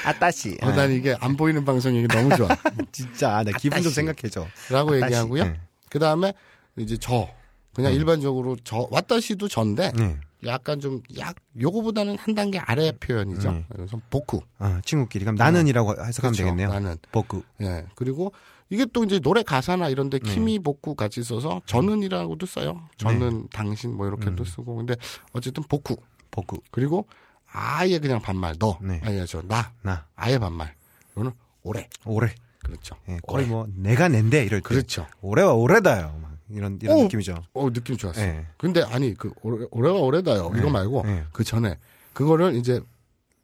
아따씨.
어, 난 이게 안 보이는 방송이 너무 좋아.
진짜, 아, 나 기분 좀
아따씨.
생각해줘.
라고
아따시.
얘기하고요.
네. 음.
그 다음에 이제 저. 그냥 일반적으로 저, 왔다시도 전데,
네. 음.
약간 좀, 약, 요거보다는 한 단계 아래 표현이죠. 그래서 복구.
아, 친구끼리. 어. 그럼 나는이라고 해석하면
그렇죠,
되겠네요.
나는.
복구.
예. 그리고 이게 또 이제 노래 가사나 이런데
네.
키미 복구 같이 써서 저는이라고도 써요. 저는
네.
당신 뭐
음.
이렇게도 쓰고. 근데 어쨌든 복구.
복구.
그리고 아예 그냥 반말. 너.
네.
아니야, 저, 나.
나.
아예 반말. 이거는 올해.
올해.
그렇죠.
예,
올해.
거의 뭐, 내가 낸데, 이럴 때.
그렇죠.
올해와 올해다요. 막 이런, 이런
오!
느낌이죠.
어, 느낌 좋았어.
예.
근데 아니, 그, 올해, 올해가 올해다요. 이거 말고,
예.
그 전에. 그거를 이제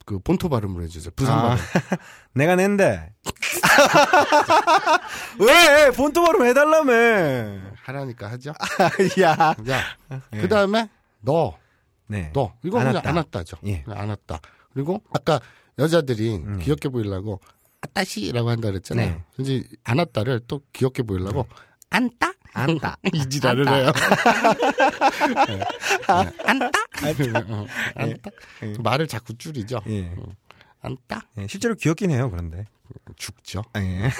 그 본토 발음으로 해주세요. 부산
아.
발음.
내가 낸데. 왜? 본토 발음 해달라며.
하라니까 하죠.
야.
자, 그 다음에, 너.
네.
너 이거
안
그냥
왔다.
안 왔다죠.
예. 음.
그냥 안 왔다. 그리고 아까 여자들이 귀엽게 보이려고 아따시라고 한다 그랬잖아요.
네.
이제 안 왔다를 또 귀엽게 보이려고 안따
안따.
이 지랄을 해요. 네. 네. 안따 어, 안따
아, 예.
말을 자꾸 줄이죠. 어.
예.
안따
예, 실제로 귀엽긴 해요, 그런데.
죽죠.
아, 예.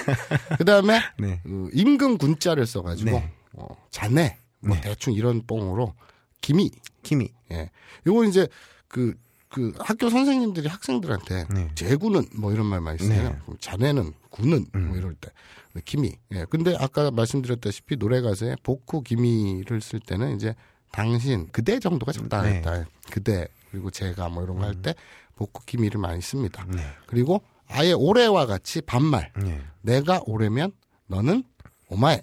그 다음에
네.
임금 군자를 써가지고
네.
어, 자네 뭐
네.
대충 이런 뽕으로 김이
키미.
예. 요거 이제 그, 그 학교 선생님들이 학생들한테
네.
제구는 뭐 이런 말 많이 쓰요.
네. 음.
자네는 군은 뭐 이럴 때. 근데 김이. 예. 근데 아까 말씀드렸다시피 노래 가사에 복구 김이를 쓸 때는 이제 당신 그대 정도가 적당했다.
네.
그대 그리고 제가 뭐 이런 거 할 때 복구 김이를 많이 씁니다.
음. 네.
그리고 아예 올해와 같이 반말.
네.
내가 올해면 너는 오마에.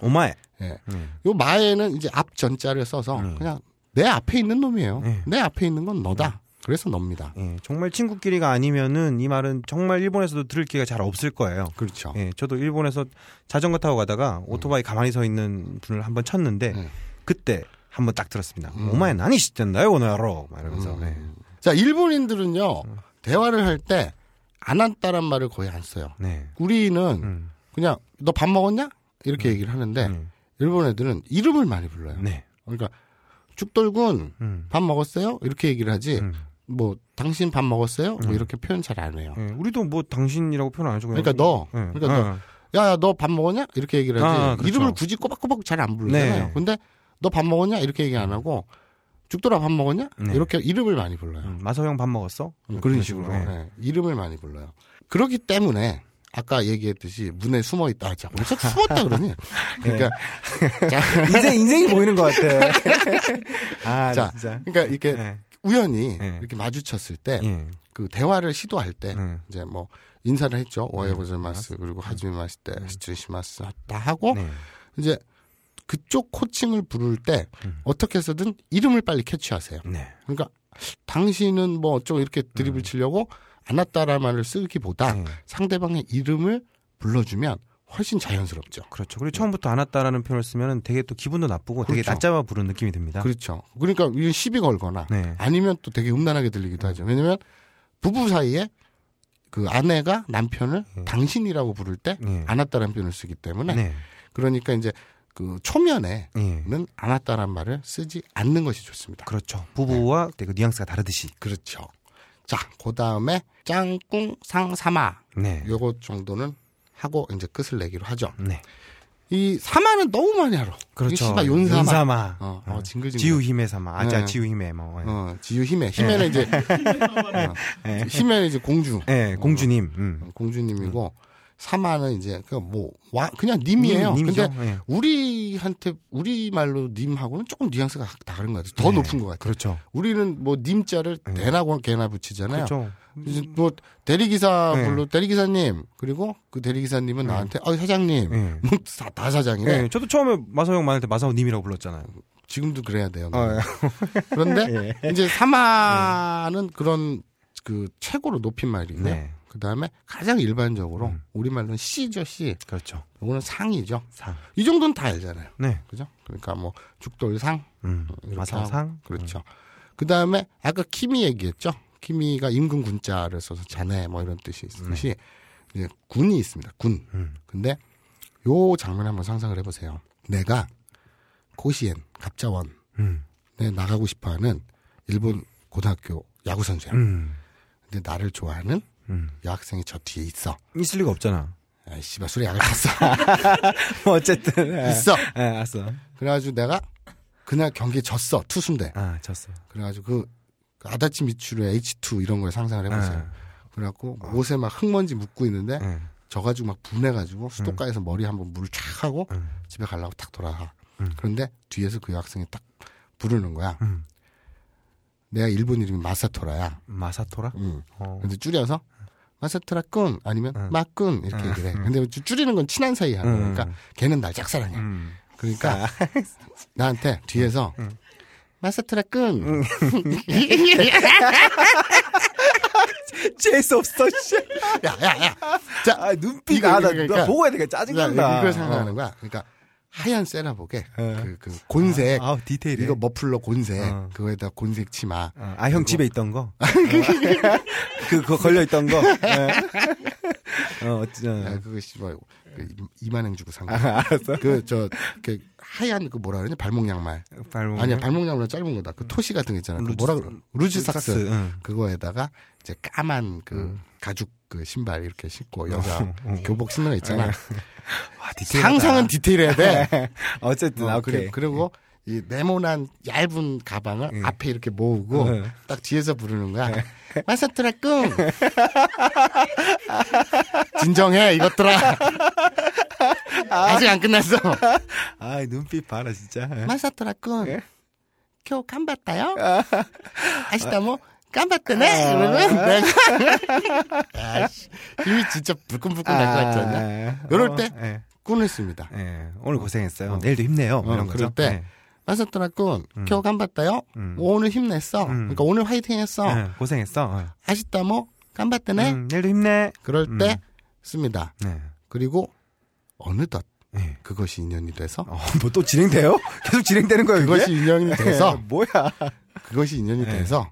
오마에.
예.
음.
요 마에는 이제 앞 전자를 써서 그냥 내 앞에 있는 놈이에요. 내 앞에 있는 건
음.
너다. 그래서 놉니다.
예, 정말 친구끼리가 아니면은 이 말은 정말 일본에서도 들을 기회가 잘 없을 거예요.
그렇죠.
예, 저도 일본에서 자전거 타고 가다가 오토바이 가만히 서 있는 분을 한번 쳤는데
음.
그때 한번 딱 들었습니다. 오마에 나니 시댄다요, 오너야로. 막 이러면서.
자, 일본인들은요.
음.
대화를 할 때 안 한다란 말을 거의 안 써요.
예. 네.
우리는
음.
그냥 너 밥 먹었냐? 이렇게 얘기를 하는데
음.
일본 애들은 이름을 많이 불러요.
네.
그러니까 죽돌군
음.
밥 먹었어요? 이렇게 얘기를 하지.
음.
뭐 당신 밥 먹었어요? 뭐 이렇게 표현 잘 안 해요.
예, 우리도 뭐 당신이라고 표현 안 해주고
음. 그러니까 너.
예.
그러니까 너. 야, 너 밥 먹었냐? 이렇게 얘기를 하지.
아, 그렇죠.
이름을 굳이 꼬박꼬박 잘 안 부르잖아요.
네.
근데 너 밥 먹었냐? 이렇게 얘기 안 하고 죽더라 밥 먹었냐?
네.
이렇게 이름을 많이 불러요.
음, 마서형 밥 먹었어?
그런 식으로
예.
네, 이름을 많이 불러요. 그렇기 때문에 아까 얘기했듯이 문에 숨어 있다. 아, 자, 왜 자꾸 숨었다 그러니? 그러니까 자,
네. 인생 인생이 보이는 것 같아. 아
자,
진짜.
그러니까 이렇게
네.
우연히
네.
이렇게 마주쳤을 때 그
예.
대화를 시도할 때
네.
이제 뭐 인사를 했죠. 오해고절마스 그리고 하즈미마스 때 시츠시마스 다 하고
네.
이제 그쪽 코칭을 부를 때
음.
어떻게 해서든 이름을 빨리 캐치하세요.
네.
그러니까 당신은 뭐 어쩌고 이렇게 드립을 치려고 안았다라 말을 쓰기보다
음. 네.
상대방의 이름을 불러주면 훨씬 자연스럽죠.
그렇죠. 그리고 처음부터 안 왔다라는 표현을 쓰면 되게 또 기분도 나쁘고 되게
그렇죠.
낮잡아 부른 느낌이 듭니다.
그렇죠. 그러니까 이건 시비 걸거나
네.
아니면 또 되게 음란하게 들리기도 하죠. 왜냐면 부부 사이에 그 아내가 남편을 당신이라고 부를 때
네.
안았다라는 표현을 쓰기 때문에
네.
그러니까 이제 그 초면에
예.
는 안았다란 말을 쓰지 않는 것이 좋습니다.
그렇죠. 부부와 그 뉘앙스가 다르듯이.
그렇죠. 자, 그 다음에 짱꿍 상사마
네.
요거 정도는 하고 이제 끝을 내기로 하죠.
네.
이 사마는 너무 많이 알아.
그렇죠.
이 씨발 윤사마.
윤사마.
어, 어, 징글징글.
지우 힘의 사마. 아, 자,
네.
지우 힘의 뭐. 예.
어, 지유 힘에 힘에는 이제
네.
어, 힘에는 이제 공주
예, 공주님. 음.
공주님이고 사마는 이제 그뭐 그냥 님이에요.
님, 님이죠.
근데
예.
우리한테 우리 말로 님하고는 조금 뉘앙스가 다른 것 같아요. 더
네.
높은 것 같아요.
그렇죠.
우리는 뭐 님자를 대나고 개나 붙이잖아요.
그렇죠.
이제 뭐 대리기사
네.
불러 대리기사님 그리고 그 대리기사님은 나한테 어 사장님
네.
뭐 다, 다 사장이네
예, 저도 처음에 마사오 형 말할 때 마사오 님이라고 불렀잖아요.
지금도 그래야 돼요
아, 예.
그런데 이제 사마는 그런 그 최고로 높인 말이고요
네.
그다음에 가장 일반적으로 우리말로는 씨죠 씨
그렇죠.
이거는 상이죠
상.
이 정도는 다 알잖아요
네.
그죠 그러니까 뭐 죽돌상
음.
이렇게 하고.
마사오상.
그렇죠 그다음에 아까 키미 얘기했죠 키미가 임금 군자를 써서 자네 뭐 이런 뜻이 있듯이 이제 군이 있습니다 군
음.
근데 요 장면 한번 상상을 해보세요. 내가 고시엔 갑자원
음.
내 나가고 싶어하는 일본 고등학교 야구 선수야.
음.
근데 나를 좋아하는
음.
여학생이 저 뒤에 있어.
있을 리가 없잖아.
아이 씨발 술에 약을 탔어.
뭐 어쨌든. 예.
있어.
예, 알았어.
그래가지고 내가 그날 경기에 졌어. 투순대.
아, 졌어.
그래가지고 그, 그 아다치 미추루의 H2 이런 걸 상상을
네.
해보세요. 그래갖고
아.
옷에 막 흙먼지 묻고 있는데
예.
져가지고 막 분해가지고 수도가에서 머리 한번 물을 촥 하고
음.
집에 가려고 탁 돌아가.
음.
그런데 뒤에서 그 여학생이 딱 부르는 거야.
음.
내가 일본 이름이 마사토라야.
마사토라?
음.
어.
근데 줄여서 마사토라꾼 아니면
음.
마꾼 이렇게
음.
얘기를 해. 근데 줄- 줄이는 건 친한 사이 하는
음.
거니까 걔는 날 짝사랑해.
음.
그러니까 나한테 뒤에서 마사토라꾼
음. 재수 없어, 씨.
야야야. 자
아, 눈빛.
이거,
아,
이거,
나,
그러니까.
나 보고 해야 되니까
나
짜증난다.
이걸 생각하는 거야. 그러니까 하얀 세라복에
어.
그, 그 곤색
아, 디테일이.
이거 머플러 곤색
어.
그거에다 곤색 치마
아, 형 집에 있던 거? 그, 거 걸려 있던 거? 예. 어,
야,
어쩌
아, 그거 씨발 그 이- 이만행 주고 산
아,
거.
알았어.
그저 그 하얀 그 뭐라 그러냐 발목 양말
발목.
아니야 발목 양말 짧은 거다 그 토시 같은 거 있잖아 그
루즈-
뭐라 그러 루즈 삭스
응.
그거에다가 이제 까만 그 가죽 그 신발 이렇게 신고 여자
어,
교복 신는 거 있잖아
와, 디테일하다.
상상은 디테일해야 돼
어쨌든, 아,
어, 그래,
오케이. 음.
그리고 이 네모난 얇은 가방을 앞에 이렇게 모으고
응.
딱 뒤에서 부르는 거야.
네.
마사토라 꿈. 진정해 이것들아. 아직 안 끝났어.
아, 눈빛 봐라, 진짜.
마사토라
네.
꿈. 겨우 깜봤다요.
아.
아시다 뭐 깜봤다네. 이러면
아.
내가 아씨 힘이 진짜 불끈불끈 날 것 같지 않냐? 요럴 때?
아, 예.
꾸몄습니다.
예. 오늘 고생했어요.
어.
내일도 힘내요.
어,
이런
그럴
거죠. 예.
때 마사토라 꿈. 겨우 깜봤다요.
음.
오늘 힘냈어.
음.
그러니까 오늘 화이팅했어.
예. 예, 고생했어. 어.
아쉽다 뭐 깜봤다네
음, 내일도 힘내.
그럴
음.
때 씁니다
네.
그리고 어느덧
예.
그것이 인연이 돼서
어, 뭐 또 진행돼요? 계속 진행되는 거예요, 예. 이게?
그것이 인연이 돼서
뭐야?
그것이 인연이
네.
돼서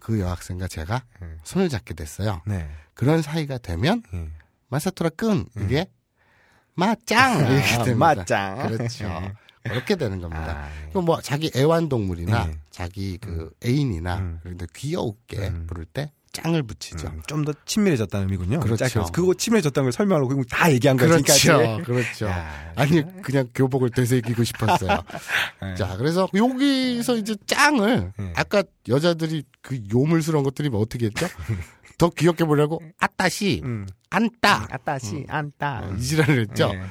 그 여학생과 제가
네.
손을 잡게 됐어요
네.
그런 사이가 되면
예.
마사토라 끈
음.
이게 마짱 이렇게
아,
됩니다
맞짱. 예.
그렇죠 그렇게 되는 겁니다
아, 예.
그럼 뭐 자기 애완동물이나
네.
자기 그 애인이나
음.
그런데 귀여우게
음.
부를 때 짱을 붙이죠
좀 더 친밀해졌다는 의미군요.
그렇죠.
짧게. 그거 친밀해졌다는 걸 설명하고 그냥 다 얘기한 그러니까 거예요.
그렇죠
지금까지.
그렇죠
야,
아니 그냥 교복을 되새기고 싶었어요.
네.
자 그래서 여기서 이제 짱을
네.
아까 여자들이 그 요물스러운 것들이 뭐 어떻게 했죠? 더 귀엽게 보려고 아따시
음.
안따 음. 어,
아따시 안따.
이 지랄을 했죠.
예.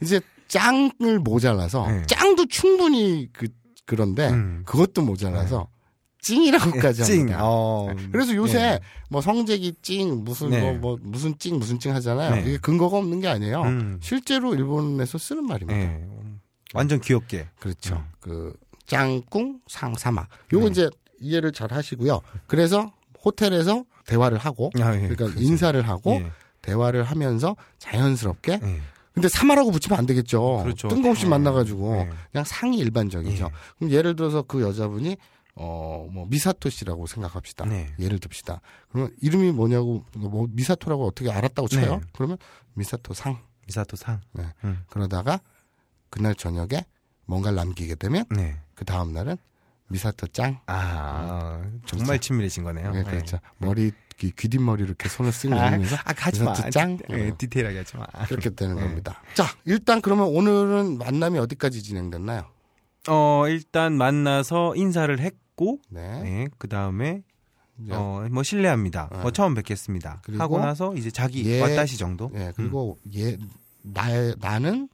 이제 짱을 모자라서
네.
짱도 충분히 그 그런데
음. 네.
그것도 모자라서 찡이라고까지
찡.
그렇죠. 합니다.
어.
그래서 요새
예.
뭐 성재기 찡 무슨
네.
뭐, 뭐 무슨 찡 무슨 찡 하잖아요.
네.
이게 근거가 없는 게 아니에요.
음.
실제로 일본에서 쓰는 말입니다.
예. 음. 완전 귀엽게.
그렇죠.
음.
그 짱꿍 상사마. 요거
네.
이제 이해를 잘 하시고요. 그래서 호텔에서 대화를 하고
아, 예.
그러니까
그렇죠.
인사를 하고
예.
대화를 하면서 자연스럽게
예.
근데 사마라고 붙이면 안 되겠죠.
그렇죠. 네.
뜬금없이
어.
만나가지고
예.
그냥 상이 일반적이죠. 그럼 예를 들어서 그 여자분이 어 뭐 미사토 씨라고 생각합시다.
네.
예를 듭시다. 그러면 이름이 뭐냐고 뭐 미사토라고 어떻게 알았다고 쳐요?
네. 음.
그러면 미사토 상 네.
미사토 상.
그러다가 그날 저녁에 뭔가를 남기게 되면
네.
그 다음 날은 미사토 짱.
아, 정말 친밀해진 아, 거네요.
예, 그렇죠. 머리 귀, 뒷머리 이렇게 손을 쓱
예. 아,
내밀면서
아, 가지 마. 네.
미사토 짱. 네.
예, 디테일하게 하지 마.
그렇게 되는 겁니다. 자, 일단 그러면 오늘은 만남이 어디까지 진행됐나요?
어, 일단 만나서 인사를 했고,
네.
네, 그 다음에,
이제
어, 뭐, 실례합니다.
네.
뭐, 처음 뵙겠습니다.
그리고
하고 나서 이제 자기
예.
왔다시 정도? 음.
예, 그리고 얘 나, 나는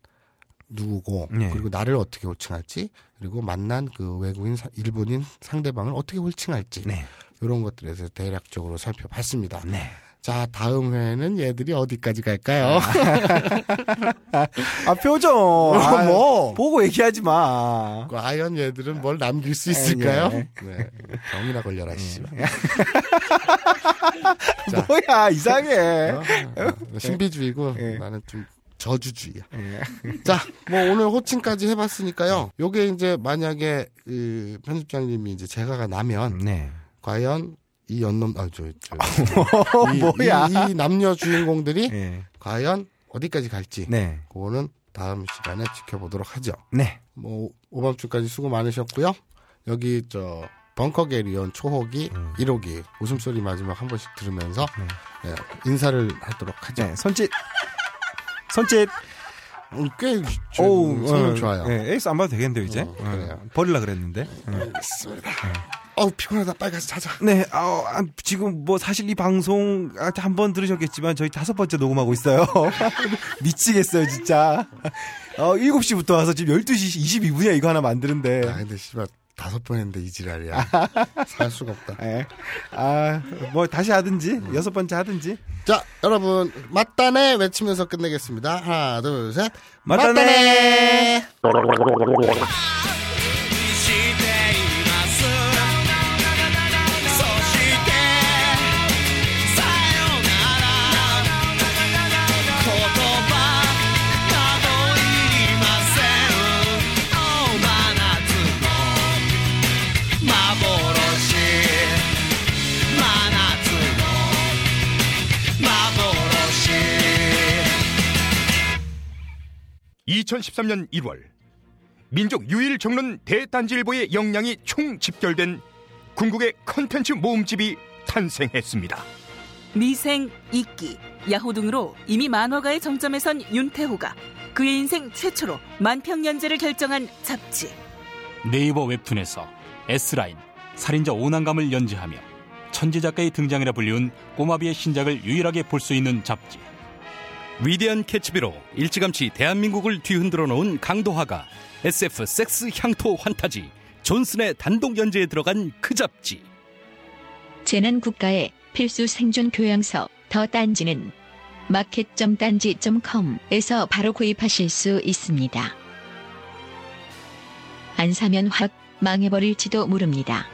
누구고
예.
그리고 나를 어떻게 호칭할지 그리고 만난 그 외국인 사- 일본인 상대방을 어떻게 호칭할지
네.
이런 것들에서 대략적으로 살펴봤습니다.
네.
자, 다음 회에는 얘들이 어디까지 갈까요?
아, 표정!
뭐,
아,
뭐.
보고 얘기하지 마.
과연 얘들은 뭘 남길 수 있을까요?
예.
네. 병이나 걸려라, 씨.
뭐야, 이상해.
어, 신비주의고
예.
나는 좀 저주주의야. 자, 뭐 오늘 호칭까지 해봤으니까요. 요게 이제 만약에 그 편집장님이 이제 제가가 나면
네.
과연 이 연놈 아저 저,
어,
이,
뭐야.
이, 이 남녀 주인공들이
네.
과연 어디까지 갈지
네.
그거는 다음 시간에 지켜보도록 하죠.
네.
뭐 오밤중까지 수고 많으셨고요. 여기 저 벙커 게리온 초호기
음.
1호기 웃음소리 마지막 한 번씩 들으면서 예, 인사를 하도록 하죠.
네, 손짓. 손짓.
음, 꽤 음,
오우,
성능
어,
좋아요.
예, 에이스 안 봐도 되겠는데 이제.
어, 그래요.
예, 버릴라 그랬는데. 예.
알겠습니다. 어우 피곤하다 빨리 가서 자자.
네, 아우, 아, 지금 뭐 사실 이 방송 한 번 들으셨겠지만 저희 다섯 번째 녹음하고 있어요. 미치겠어요, 진짜. 어, 7시부터 와서 지금 12시 22분이야 이거 하나 만드는데.
아 근데 씨발 다섯 번 했는데 이 지랄이야. 살 수가 없다.
예. 아, 뭐 다시 하든지 여섯 번째 하든지.
자 여러분 맞다네 외치면서 끝내겠습니다. 하나 둘 셋.
맞다네!
Yeah.
2013년 1월 민족 유일 정론 대단지일보의 역량이 총 집결된 궁극의 컨텐츠 모음집이 탄생했습니다.
미생, 이끼, 야호 등으로 이미 만화가의 정점에선 윤태호가 그의 인생 최초로 만평연재를 결정한 잡지.
네이버 웹툰에서 S라인, 살인자 오난감을 연재하며 천재 작가의 등장이라 불리운 꼬마비의 신작을 유일하게 볼 수 있는 잡지.
위대한 캐치비로 일찌감치 대한민국을 뒤흔들어 놓은 강도화가 SF 섹스 향토 환타지 존슨의 단독 연재에 들어간 그 잡지
재난 국가의 필수 생존 교양서 더 딴지는 마켓.딴지.com에서 바로 구입하실 수 있습니다. 안 사면 확 망해버릴지도 모릅니다.